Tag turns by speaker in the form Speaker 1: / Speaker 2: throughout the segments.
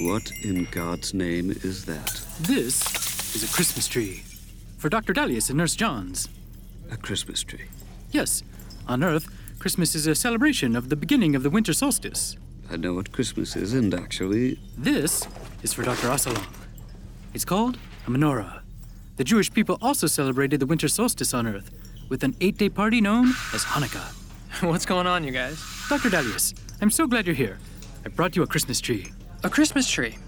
Speaker 1: What in God's name is that?
Speaker 2: This is a Christmas tree for Dr. Dalius and Nurse Johns.
Speaker 1: A Christmas tree.
Speaker 2: Yes, on Earth, Christmas is a celebration of the beginning of the winter solstice.
Speaker 1: I know what Christmas is, and actually,
Speaker 2: This is for Dr. Asalong. It's called a menorah. The Jewish people also celebrated the winter solstice on Earth with an eight day party known as Hanukkah.
Speaker 3: What's going on, you guys?
Speaker 2: Dr. Dalius, I'm so glad you're here. I brought you a Christmas tree.
Speaker 3: A Christmas tree.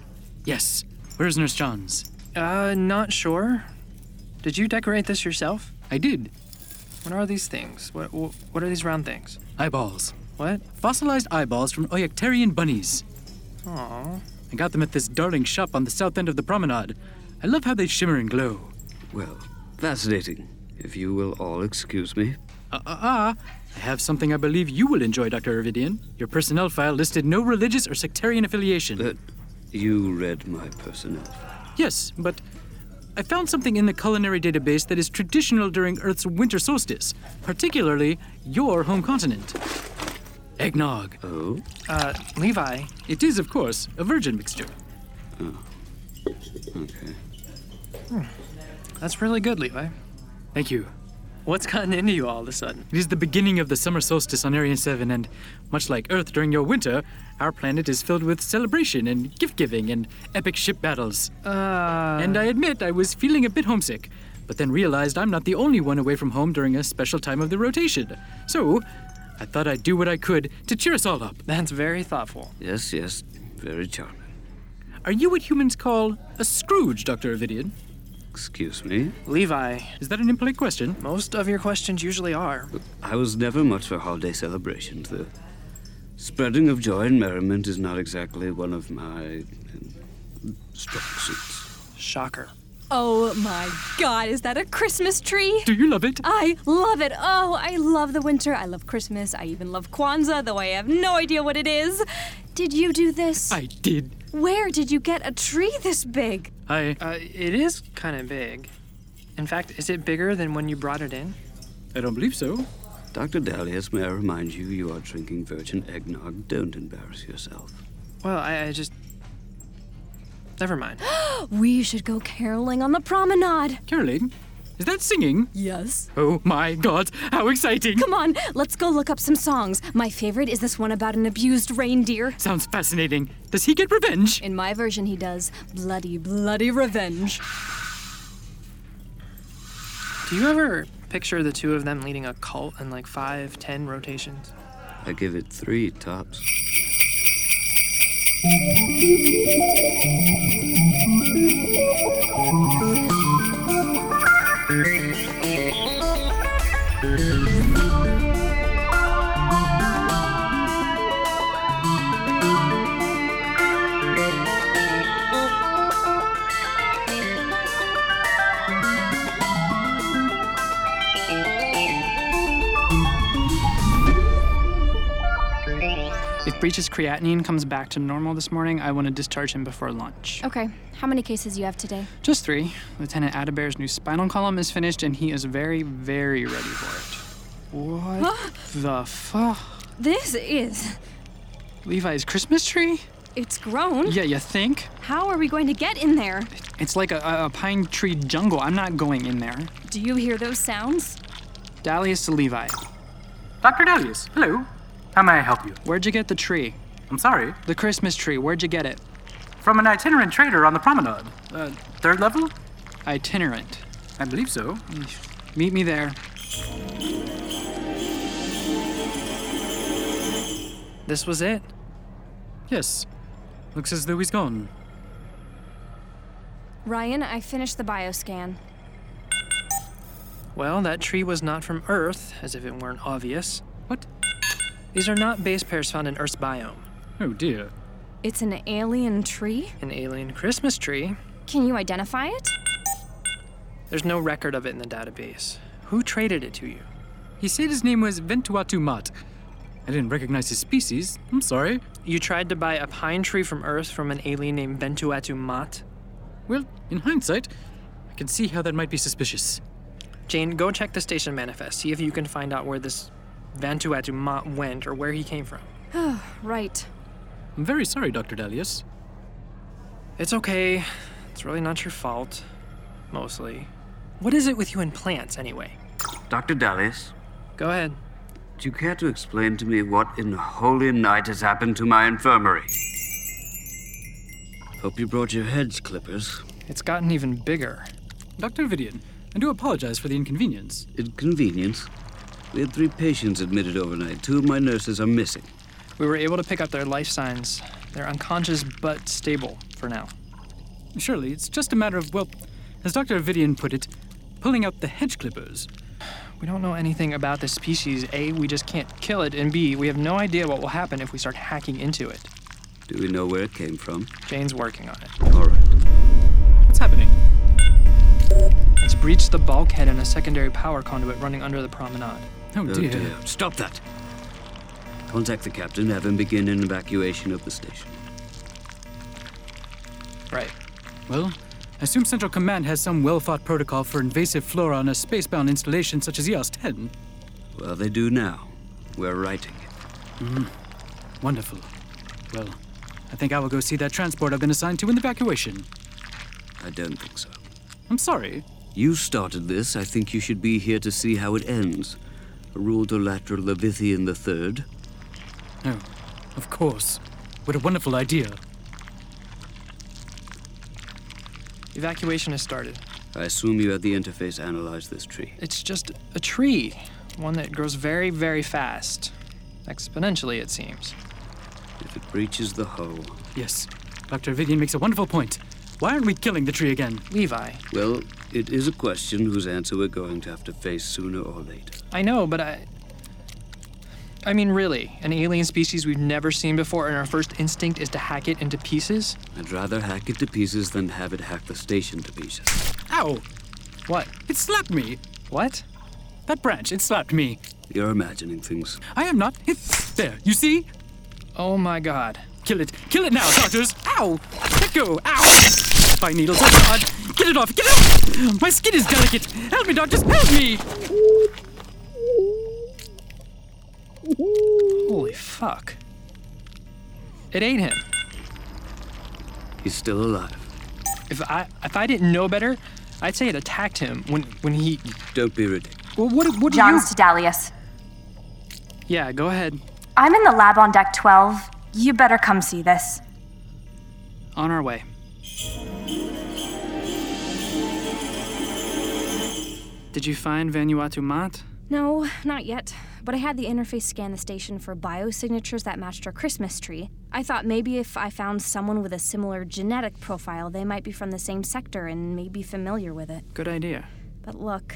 Speaker 2: Yes, where's Nurse Johns?
Speaker 3: Uh, not sure. Did you decorate this yourself?
Speaker 2: I did.
Speaker 3: What are these things? What what, what are these round things?
Speaker 2: Eyeballs.
Speaker 3: What?
Speaker 2: Fossilized eyeballs from Oyecterian bunnies.
Speaker 3: Aww.
Speaker 2: I got them at this darling shop on the south end of the promenade. I love how they shimmer and glow.
Speaker 1: well, fascinating. If you will all excuse me.
Speaker 2: Ah, ah, ah. I have something I believe you will enjoy, Dr. Ervidian. Your personnel file listed no religious or sectarian affiliation.
Speaker 1: But you read my personnel.
Speaker 2: yes, but I found something in the culinary database that is traditional during Earth's winter solstice, particularly your home continent. Eggnog.
Speaker 1: Oh?
Speaker 3: Uh, Levi.
Speaker 2: It is, of course, a virgin mixture.
Speaker 1: Okay.
Speaker 3: That's really good, Levi.
Speaker 2: Thank you.
Speaker 3: What's gotten into you all of a sudden?
Speaker 2: It is the beginning of the summer solstice on Arian 7, and much like Earth during your winter, our planet is filled with celebration and gift giving and epic ship battles.
Speaker 3: Uh,
Speaker 2: And I admit I was feeling a bit homesick, but then realized I'm not the only one away from home during a special time of the rotation. So, I thought I'd do what I could to cheer us all up.
Speaker 3: that's very thoughtful.
Speaker 1: Yes, yes. Very charming.
Speaker 2: Are you what humans call a Scrooge, Dr. Ovidian?
Speaker 1: Excuse me.
Speaker 3: Levi,
Speaker 2: Is that an impolite question?
Speaker 3: most of your questions usually are.
Speaker 1: I was never much for holiday celebrations. The spreading of joy and merriment is not exactly one of my um, strong suits.
Speaker 3: Shocker.
Speaker 4: Oh my god, is that a Christmas tree?
Speaker 2: Do you love it?
Speaker 4: I love it. Oh, I love the winter. I love Christmas. I even love Kwanzaa, though I have no idea what it is. Did you do this?
Speaker 2: I did.
Speaker 4: Where did you get a tree this big?
Speaker 2: I
Speaker 3: Uh, it is kind of big. In fact, is it bigger than when you brought it in?
Speaker 2: I don't believe so.
Speaker 1: Dr. Dalius, may I remind you, you are drinking virgin eggnog. Don't embarrass yourself.
Speaker 3: Well, I, I just. Never mind.
Speaker 4: We should go caroling on the promenade.
Speaker 2: Caroline, is that singing?
Speaker 4: Yes.
Speaker 2: Oh my god, how exciting!
Speaker 4: Come on, let's go look up some songs. My favorite is this one about an abused reindeer.
Speaker 2: Sounds fascinating. Does he get revenge?
Speaker 4: In my version, he does bloody, bloody revenge.
Speaker 3: Do you ever picture the two of them leading a cult in like five, ten rotations?
Speaker 1: I give it three tops.
Speaker 3: If Breach's creatinine comes back to normal this morning, I want to discharge him before lunch.
Speaker 4: Okay, how many cases you have today?
Speaker 3: Just three. Lieutenant Adabear's new spinal column is finished, and he is very, very ready for it. What the fuck?
Speaker 4: This is.
Speaker 3: Levi's Christmas tree?
Speaker 4: It's grown.
Speaker 3: Yeah, you think?
Speaker 4: How are we going to get in there?
Speaker 3: It's like a, a a pine tree jungle. I'm not going in there.
Speaker 4: Do you hear those sounds?
Speaker 3: Dalius to Levi.
Speaker 2: Dr. Dalius, hello. How may I help you?
Speaker 3: Where'd you get the tree?
Speaker 2: I'm sorry.
Speaker 3: The Christmas tree. Where'd you get it?
Speaker 2: From an itinerant trader on the promenade. Uh, third level?
Speaker 3: Itinerant.
Speaker 2: I believe so.
Speaker 3: Meet me there. This was it?
Speaker 2: Yes. Looks as though he's gone.
Speaker 4: Ryan, I finished the bioscan.
Speaker 3: Well, that tree was not from Earth, as if it weren't obvious.
Speaker 2: What?
Speaker 3: These are not base pairs found in Earth's biome.
Speaker 2: Oh dear.
Speaker 4: It's an alien tree?
Speaker 3: An alien Christmas tree?
Speaker 4: Can you identify it?
Speaker 3: There's no record of it in the database. Who traded it to you?
Speaker 2: He said his name was Ventuatu Mat. I didn't recognize his species. I'm sorry.
Speaker 3: You tried to buy a pine tree from Earth from an alien named Ventuatu Mat?
Speaker 2: Well, in hindsight, I can see how that might be suspicious.
Speaker 3: Jane, go check the station manifest. See if you can find out where this Ventuatu Mat went or where he came from.
Speaker 4: Right.
Speaker 2: I'm very sorry, Dr. Dalius.
Speaker 3: It's okay. It's really not your fault. Mostly. What is it with you and plants, anyway?
Speaker 1: Dr. Dallas,
Speaker 3: Go ahead.
Speaker 1: do you care to explain to me what in holy night has happened to my infirmary? Hope you brought your heads, Clippers.
Speaker 3: It's gotten even bigger.
Speaker 2: Dr. Vidian, I do apologize for the inconvenience.
Speaker 1: Inconvenience. We had three patients admitted overnight. Two of my nurses are missing.
Speaker 3: We were able to pick up their life signs. They're unconscious but stable for now.
Speaker 2: Surely it's just a matter of, well, as Dr. Vidian put it, pulling out the hedge clippers.
Speaker 3: We don't know anything about this species. A, we just can't kill it, and B, we have no idea what will happen if we start hacking into it.
Speaker 1: Do we know where it came from?
Speaker 3: Jane's working on it.
Speaker 1: All right.
Speaker 2: What's happening?
Speaker 3: It's breached the bulkhead in a secondary power conduit running under the promenade.
Speaker 2: Oh
Speaker 1: Oh,
Speaker 2: dear.
Speaker 1: dear. Stop that! Contact the captain, have him begin an evacuation of the station.
Speaker 3: Right.
Speaker 2: Well, I assume Central Command has some well thought protocol for invasive flora on a spacebound installation such as E EOS 10.
Speaker 1: Well, they do now. We're writing it.
Speaker 2: Wonderful. Well, I think I will go see that transport I've been assigned to in the evacuation.
Speaker 1: I don't think so.
Speaker 2: I'm sorry.
Speaker 1: You started this. I think you should be here to see how it ends. Ruled to lateral Levithian III.
Speaker 2: No, of course. What a wonderful idea.
Speaker 3: Evacuation has started.
Speaker 1: I assume you had the interface analyze this tree.
Speaker 3: It's just a tree, one that grows very, very fast. Exponentially, it seems.
Speaker 1: If it breaches the hull,
Speaker 2: Yes, Dr. Vidian makes a wonderful point. Why aren't we killing the tree again?
Speaker 3: Levi,
Speaker 1: well, it is a question whose answer we're going to have to face sooner or later.
Speaker 3: I know, but I. I mean, really, an alien species we've never seen before, and our first instinct is to hack it into pieces?
Speaker 1: I'd rather hack it to pieces than have it hack the station to pieces.
Speaker 2: Ow!
Speaker 3: What?
Speaker 2: It slapped me!
Speaker 3: What?
Speaker 2: That branch, it slapped me.
Speaker 1: You're imagining things.
Speaker 2: I am not. It, there, you see?
Speaker 3: Oh my god.
Speaker 2: Kill it. Kill it now, doctors. Ow! Let go. Ow! My needles
Speaker 5: Oh,
Speaker 2: are hard. Get it off. Get it off! My skin is delicate. Help me, doctors. Help me!
Speaker 3: Holy fuck. It ate him.
Speaker 1: He's still alive.
Speaker 3: If I if I didn't know better, I'd say it attacked him when when he.
Speaker 1: Don't be ridiculous.
Speaker 3: Well, what what do you?
Speaker 6: Johns to Dalius.
Speaker 3: Yeah, go ahead.
Speaker 6: I'm in the lab on deck 12. You better come see this.
Speaker 3: On our way.
Speaker 5: Did you find Vanuatu Mat?
Speaker 4: No, not yet. But I had the interface scan the station for biosignatures that matched our Christmas tree. I thought maybe if I found someone with a similar genetic profile, they might be from the same sector and may be familiar with it.
Speaker 5: Good idea.
Speaker 4: But look,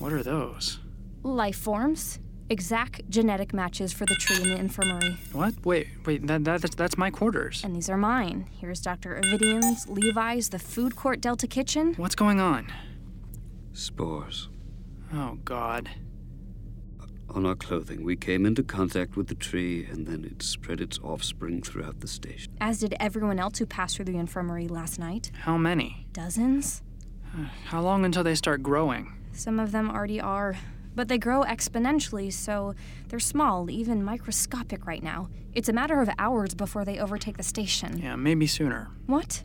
Speaker 5: What are those?
Speaker 4: life forms, exact genetic matches for the tree in the infirmary.
Speaker 5: What? Wait, wait. That, that that's, that's my quarters.
Speaker 4: And these are mine. Here's Dr. Ovidian's, Levi's, the food court Delta kitchen.
Speaker 5: What's going on?
Speaker 1: Spores.
Speaker 5: Oh God.
Speaker 1: On our clothing, we came into contact with the tree, and then it spread its offspring throughout the station.
Speaker 4: As did everyone else who passed through the infirmary last night.
Speaker 5: How many?
Speaker 4: Dozens?
Speaker 5: How long until they start growing?
Speaker 4: Some of them already are. But they grow exponentially, so they're small, even microscopic right now. It's a matter of hours before they overtake the station.
Speaker 5: Yeah, maybe sooner.
Speaker 4: What?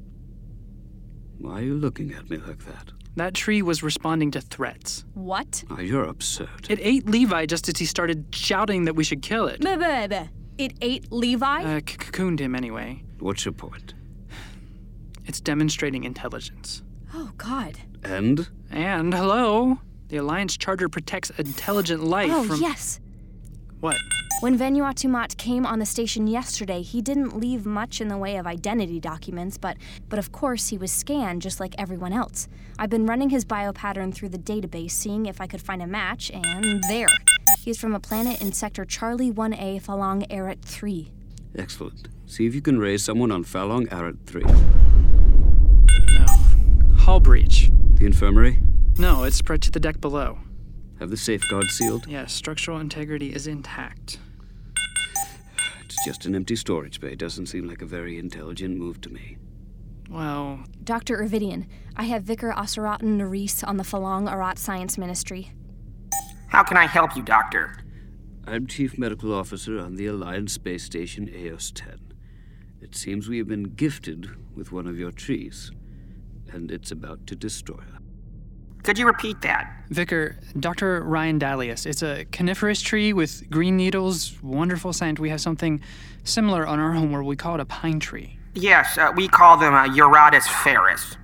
Speaker 1: Why are you looking at me like that?
Speaker 5: That tree was responding to threats.
Speaker 4: What?
Speaker 1: Oh, you're absurd.
Speaker 5: It ate Levi just as he started shouting that we should kill it.
Speaker 4: Buh, buh, buh. It ate Levi?
Speaker 5: Uh, c- cocooned him anyway.
Speaker 1: What's your point?
Speaker 5: It's demonstrating intelligence.
Speaker 4: oh, God.
Speaker 1: And?
Speaker 5: And hello, the Alliance Charter protects intelligent life
Speaker 4: Oh,
Speaker 5: from
Speaker 4: yes.
Speaker 5: what?
Speaker 4: When Venuatumat came on the station yesterday, he didn't leave much in the way of identity documents, but but of course he was scanned just like everyone else. I've been running his bio pattern through the database, seeing if I could find a match, and there. He's from a planet in sector Charlie 1A Falang Eret 3.
Speaker 1: Excellent. See if you can raise someone on Falong Arat 3.
Speaker 5: No, hull breach.
Speaker 1: The infirmary?
Speaker 5: No, it spread to the deck below.
Speaker 1: Have the safeguard sealed?
Speaker 5: Yes, structural integrity is intact.
Speaker 1: It's just an empty storage bay. Doesn't seem like a very intelligent move to me.
Speaker 5: Well,
Speaker 4: Dr. Ervidian, I have Vicar Asaratan Nerys on the Falang Arat Science Ministry.
Speaker 7: How can I help you, Doctor?
Speaker 1: I'm Chief Medical Officer on the Alliance Space Station AOS 10. It seems we have been gifted with one of your trees, and it's about to destroy us.
Speaker 7: Could you repeat that?
Speaker 5: Vicar, Dr. Ryan Dalius. It's a coniferous tree with green needles, wonderful scent. We have something similar on our home where we call it a pine tree.
Speaker 7: Yes, uh, we call them uh, Uratus ferus.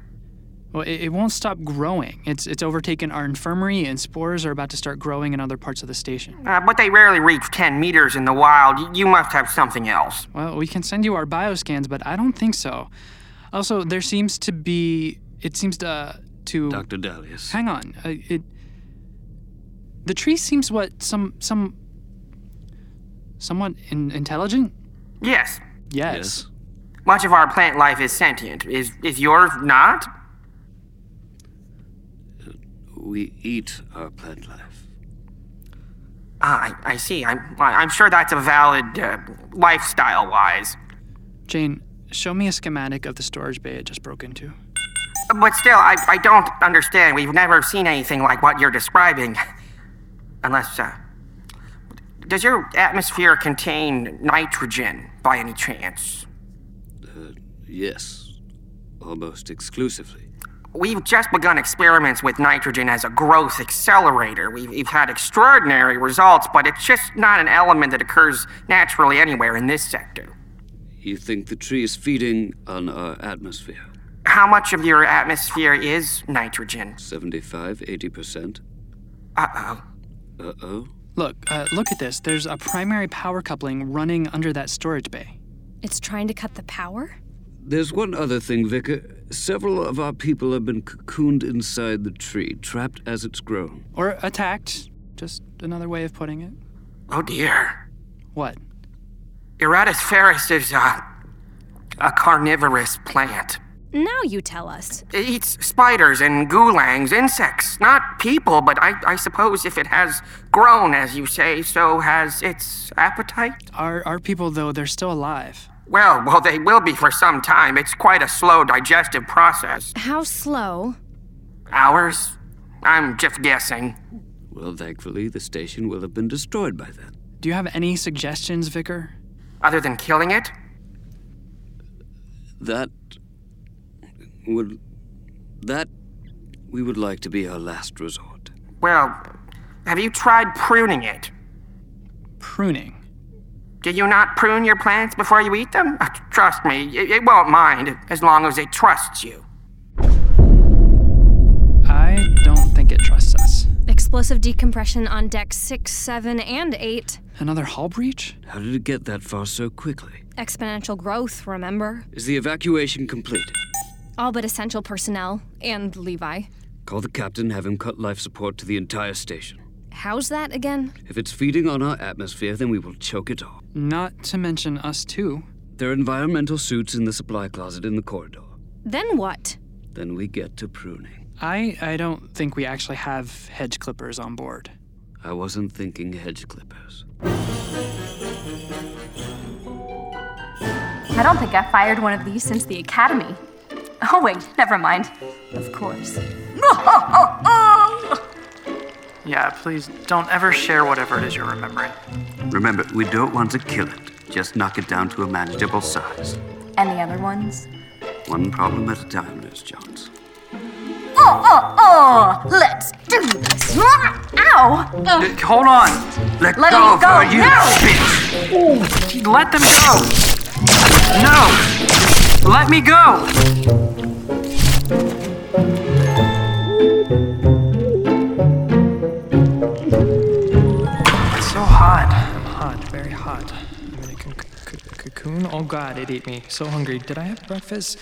Speaker 5: Well, it, it won't stop growing. It's, it's overtaken our infirmary, and spores are about to start growing in other parts of the station.
Speaker 7: Uh, but they rarely reach 10 meters in the wild. Y- You must have something else.
Speaker 5: Well, we can send you our bioscans, but I don't think so. Also, there seems to be. It seems to. to
Speaker 1: Dr. Dalius.
Speaker 5: Hang on. Uh, it. The tree seems what some some. Somewhat in, intelligent.
Speaker 7: Yes,
Speaker 5: Yes.
Speaker 7: much of our plant life is sentient. Is, is yours not?
Speaker 1: We eat our plant life.
Speaker 7: Ah, I, I see. I'm, I- I'm sure that's a valid uh, lifestyle wise.
Speaker 5: Jane, show me a schematic of the storage bay I just broke into.
Speaker 7: But still, I, I don't understand. We've never seen anything like what you're describing. Unless, uh, does your atmosphere contain nitrogen by any chance?
Speaker 1: Yes, almost exclusively.
Speaker 7: We've just begun experiments with nitrogen as a growth accelerator. We've, we've had extraordinary results, but it's just not an element that occurs naturally anywhere in this sector.
Speaker 1: You think the tree is feeding on our atmosphere?
Speaker 7: How much of your atmosphere is nitrogen?
Speaker 1: 75, 80%?
Speaker 7: Uh oh.
Speaker 1: Uh oh.
Speaker 5: Look, uh, look at this. There's a primary power coupling running under that storage bay.
Speaker 4: It's trying to cut the power?
Speaker 1: There's one other thing, Vicar. Several of our people have been cocooned inside the tree, trapped as it's grown.
Speaker 5: Or attacked. Just another way of putting it.
Speaker 7: Oh dear.
Speaker 5: What?
Speaker 7: Eratus ferus is a, uh, a carnivorous plant.
Speaker 4: Now you tell us.
Speaker 7: It eats spiders and goulangs, insects, not people, but I, I suppose if it has grown, as you say, so has its appetite?
Speaker 5: Our, our people, though, they're still alive.
Speaker 7: Well, well, they will be for some time. It's quite a slow digestive process.
Speaker 4: How slow?
Speaker 7: Hours? I'm just guessing.
Speaker 1: Well, thankfully, the station will have been destroyed by then.
Speaker 5: Do you have any suggestions, Vicar?
Speaker 7: Other than killing it?
Speaker 1: That would. That we would like to be our last resort.
Speaker 7: Well, have you tried pruning it?
Speaker 5: Pruning.
Speaker 7: Do you not prune your plants before you eat them? Uh, Trust me, it, it won't mind as long as it trusts you.
Speaker 5: I don't think it trusts us.
Speaker 4: Explosive decompression on deck 6, 7, and 8.
Speaker 5: Another hull breach?
Speaker 1: How did it get that far so quickly?
Speaker 4: Exponential growth, remember?
Speaker 1: Is the evacuation complete?
Speaker 4: All but essential personnel and Levi.
Speaker 1: Call the captain, have him cut life support to the entire station.
Speaker 4: How's that again?
Speaker 1: If it's feeding on our atmosphere, then we will choke it off.
Speaker 5: Not to mention us, too.
Speaker 1: There are environmental suits in the supply closet in the corridor.
Speaker 4: Then what?
Speaker 1: Then we get to pruning.
Speaker 5: I, I don't think we actually have hedge clippers on board.
Speaker 1: I wasn't thinking hedge clippers.
Speaker 6: I don't think I fired one of these since the academy. Oh, wait, never mind. Of course.
Speaker 3: Yeah, please don't ever share whatever it is you're remembering.
Speaker 1: Remember, we don't want to kill it. Just knock it down to a manageable size.
Speaker 6: Any other ones?
Speaker 1: One problem at a time, Nurse Jones.
Speaker 6: Oh, oh, oh! Let's do this! Ow! Ugh.
Speaker 3: Hold on!
Speaker 1: Let,
Speaker 6: Let
Speaker 1: go
Speaker 6: him
Speaker 1: of
Speaker 6: go
Speaker 1: her, you
Speaker 6: now!
Speaker 1: bitch!
Speaker 3: Let them go! No! Let me go! It's so hot. Hot, very hot. I'm in a coc- coc- cocoon. Oh god, it ate me. So hungry. Did I have breakfast?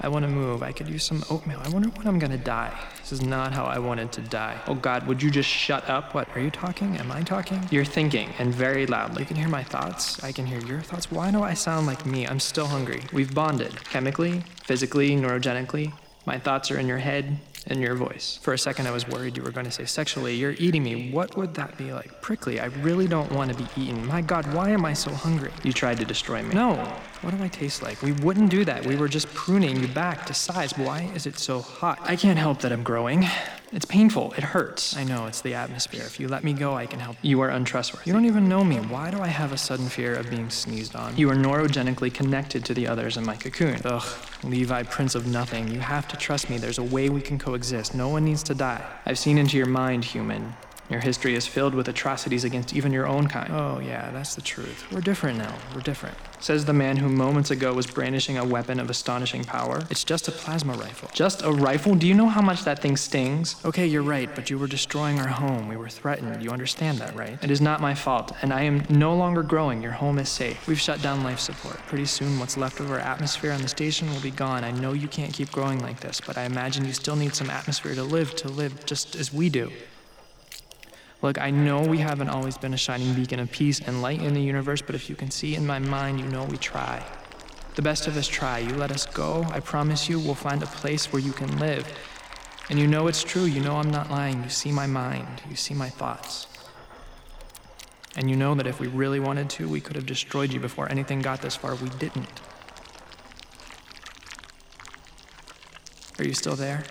Speaker 3: I want to move. I could use some oatmeal. I wonder when I'm gonna die. This is not how I wanted to die. Oh god, would you just shut up? What? Are you talking? Am I talking? You're thinking, and very loudly. You can hear my thoughts. I can hear your thoughts. Why do I sound like me? I'm still hungry. We've bonded. Chemically, physically, neurogenically. My thoughts are in your head and your voice. For a second, I was worried you were going to say sexually, you're eating me. What would that be like? Prickly, I really don't want to be eaten. My God, why am I so hungry? You tried to destroy me. No. What do I taste like? We wouldn't do that. We were just pruning you back to size. Why is it so hot? I can't help that I'm growing. It's painful. It hurts. I know it's the atmosphere. If you let me go, I can help. You are untrustworthy. You don't even know me. Why do I have a sudden fear of being sneezed on? You are neurogenically connected to the others in my cocoon. Ugh, Levi, Prince of Nothing. You have to trust me. There's a way we can coexist. No one needs to die. I've seen into your mind, human. Your history is filled with atrocities against even your own kind. Oh, yeah, that's the truth. We're different now. We're different. Says the man who moments ago was brandishing a weapon of astonishing power. It's just a plasma rifle. Just a rifle? Do you know how much that thing stings? Okay, you're right, but you were destroying our home. We were threatened. You understand that, right? It is not my fault, and I am no longer growing. Your home is safe. We've shut down life support. Pretty soon, what's left of our atmosphere on the station will be gone. I know you can't keep growing like this, but I imagine you still need some atmosphere to live, to live just as we do. Look, I know we haven't always been a shining beacon of peace and light in the universe, but if you can see in my mind, you know we try. The best of us try. You let us go, I promise you, we'll find a place where you can live. And you know it's true. You know I'm not lying. You see my mind, you see my thoughts. And you know that if we really wanted to, we could have destroyed you before anything got this far. We didn't. Are you still there?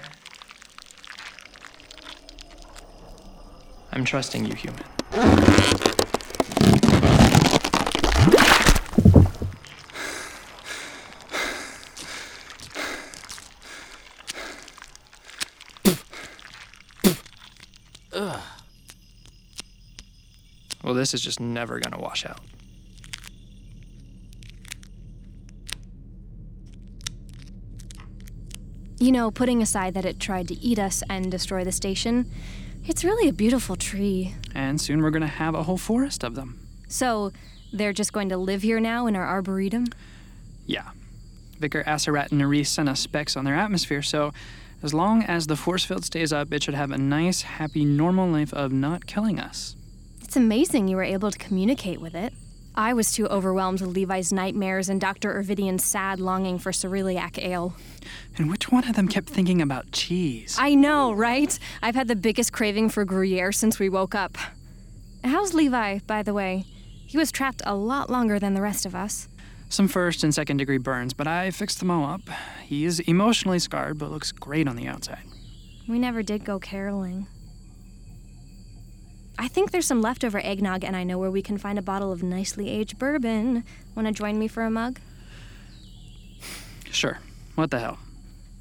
Speaker 3: I'm trusting you, human. Well, this is just never gonna wash out.
Speaker 4: You know, putting aside that it tried to eat us and destroy the station, it's really a beautiful tree.
Speaker 5: And soon we're going to have a whole forest of them.
Speaker 4: So, they're just going to live here now in our arboretum?
Speaker 5: Yeah. Vicar Asarat and Nerys sent us specs on their atmosphere, so as long as the force field stays up, it should have a nice, happy, normal life of not killing us.
Speaker 4: It's amazing you were able to communicate with it. I was too overwhelmed with Levi's nightmares and Dr. Ervidian's sad longing for Cyrilliac ale.
Speaker 5: And which one of them kept thinking about cheese?
Speaker 4: I know, right? I've had the biggest craving for Gruyere since we woke up. How's Levi, by the way? He was trapped a lot longer than the rest of us.
Speaker 5: Some first and second degree burns, but I fixed them all up. He is emotionally scarred, but looks great on the outside.
Speaker 4: We never did go caroling. I think there's some leftover eggnog, and I know where we can find a bottle of nicely aged bourbon. Want to join me for a mug?
Speaker 5: Sure. What the hell?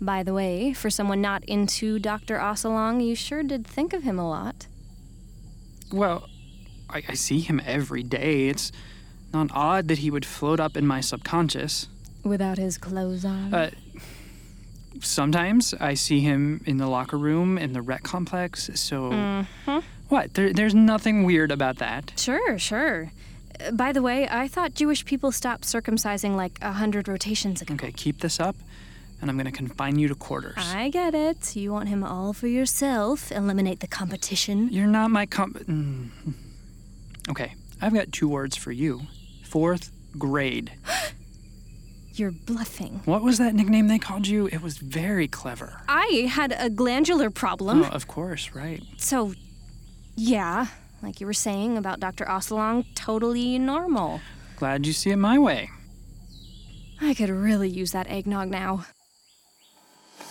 Speaker 4: By the way, for someone not into Dr. Ocelong, you sure did think of him a lot.
Speaker 5: Well, I, I see him every day. It's not odd that he would float up in my subconscious.
Speaker 4: Without his clothes on.
Speaker 5: Uh, sometimes I see him in the locker room in the rec complex, so. What? There, there's nothing weird about that.
Speaker 4: sure, sure. Uh, By the way, I thought Jewish people stopped circumcising like a hundred rotations ago.
Speaker 5: Okay, keep this up, and I'm gonna confine you to quarters.
Speaker 4: I get it. You want him all for yourself. Eliminate the competition.
Speaker 5: You're not my comp. Mm. Okay, I've got two words for you. Fourth grade.
Speaker 4: You're bluffing.
Speaker 5: What was that nickname they called you? It was very clever.
Speaker 4: I had a glandular problem.
Speaker 5: Oh, of course, right.
Speaker 4: So, yeah, like you were saying about Dr. Ocelong, totally normal.
Speaker 5: Glad you see it my way.
Speaker 4: I could really use that eggnog now.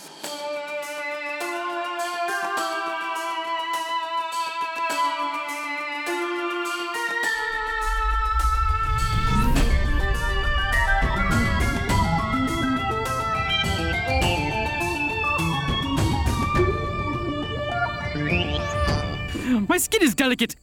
Speaker 2: My skin is delicate.